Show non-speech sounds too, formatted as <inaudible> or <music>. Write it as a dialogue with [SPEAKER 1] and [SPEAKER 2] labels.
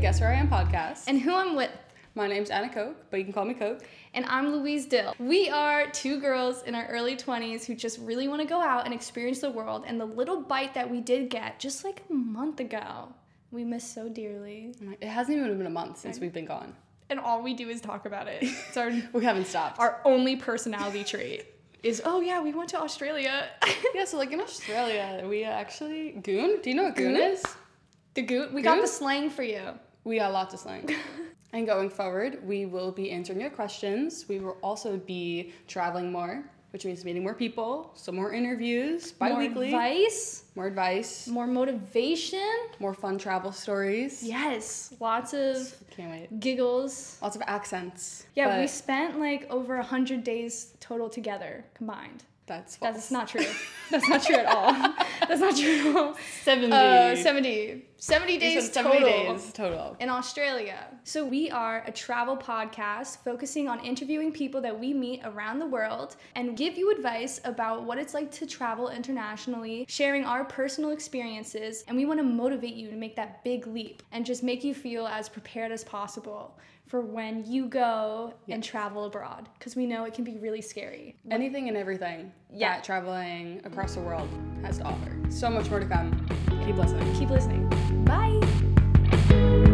[SPEAKER 1] Guess Where I Am podcast.
[SPEAKER 2] and who I'm with.
[SPEAKER 1] My name's Anna Coke, but you can call me Coke.
[SPEAKER 2] And I'm Louise Dill. We are two girls in our early 20s who just really want to go out and experience the world. And the little bite that we did get just like a month ago, we miss so dearly.
[SPEAKER 1] It hasn't even been a month since we've been gone. <laughs>
[SPEAKER 2] And all we do is talk about it. It's our,
[SPEAKER 1] We haven't stopped.
[SPEAKER 2] our only personality trait is, oh yeah, we went to Australia.
[SPEAKER 1] yeah, so like in Australia, we actually goon. Do you know what goon,
[SPEAKER 2] Goon?
[SPEAKER 1] is?
[SPEAKER 2] <laughs> the goot, we got the
[SPEAKER 1] Goot?
[SPEAKER 2] slang for you.
[SPEAKER 1] We got lots of
[SPEAKER 2] <laughs>
[SPEAKER 1] slang. and going forward, we will be answering your questions. We will also be traveling more, which means meeting more people, some more interviews bi-weekly,
[SPEAKER 2] More advice,
[SPEAKER 1] more advice,
[SPEAKER 2] more motivation.
[SPEAKER 1] more fun travel stories.
[SPEAKER 2] Yes, lots of
[SPEAKER 1] Can't wait.
[SPEAKER 2] giggles.
[SPEAKER 1] Lots of accents.
[SPEAKER 2] Yeah,
[SPEAKER 1] but
[SPEAKER 2] we spent like over 100 days total together combined.
[SPEAKER 1] that's false.
[SPEAKER 2] That's not true. That's not true at all.
[SPEAKER 1] <laughs>
[SPEAKER 2] That's not true at all.
[SPEAKER 1] 70.
[SPEAKER 2] Uh, 70. 70 days total.
[SPEAKER 1] days total.
[SPEAKER 2] In Australia. So, we are a travel podcast focusing on interviewing people that we meet around the world and give you advice about what it's like to travel internationally, sharing our personal experiences, and we want to motivate you to make that big leap and just make you feel as prepared as possible for when you go and travel abroad because we know it can be really scary.
[SPEAKER 1] Anything and everything
[SPEAKER 2] Yeah.
[SPEAKER 1] that traveling across the world has to offer. So much more to come. Keep listening.
[SPEAKER 2] Keep listening. Bye.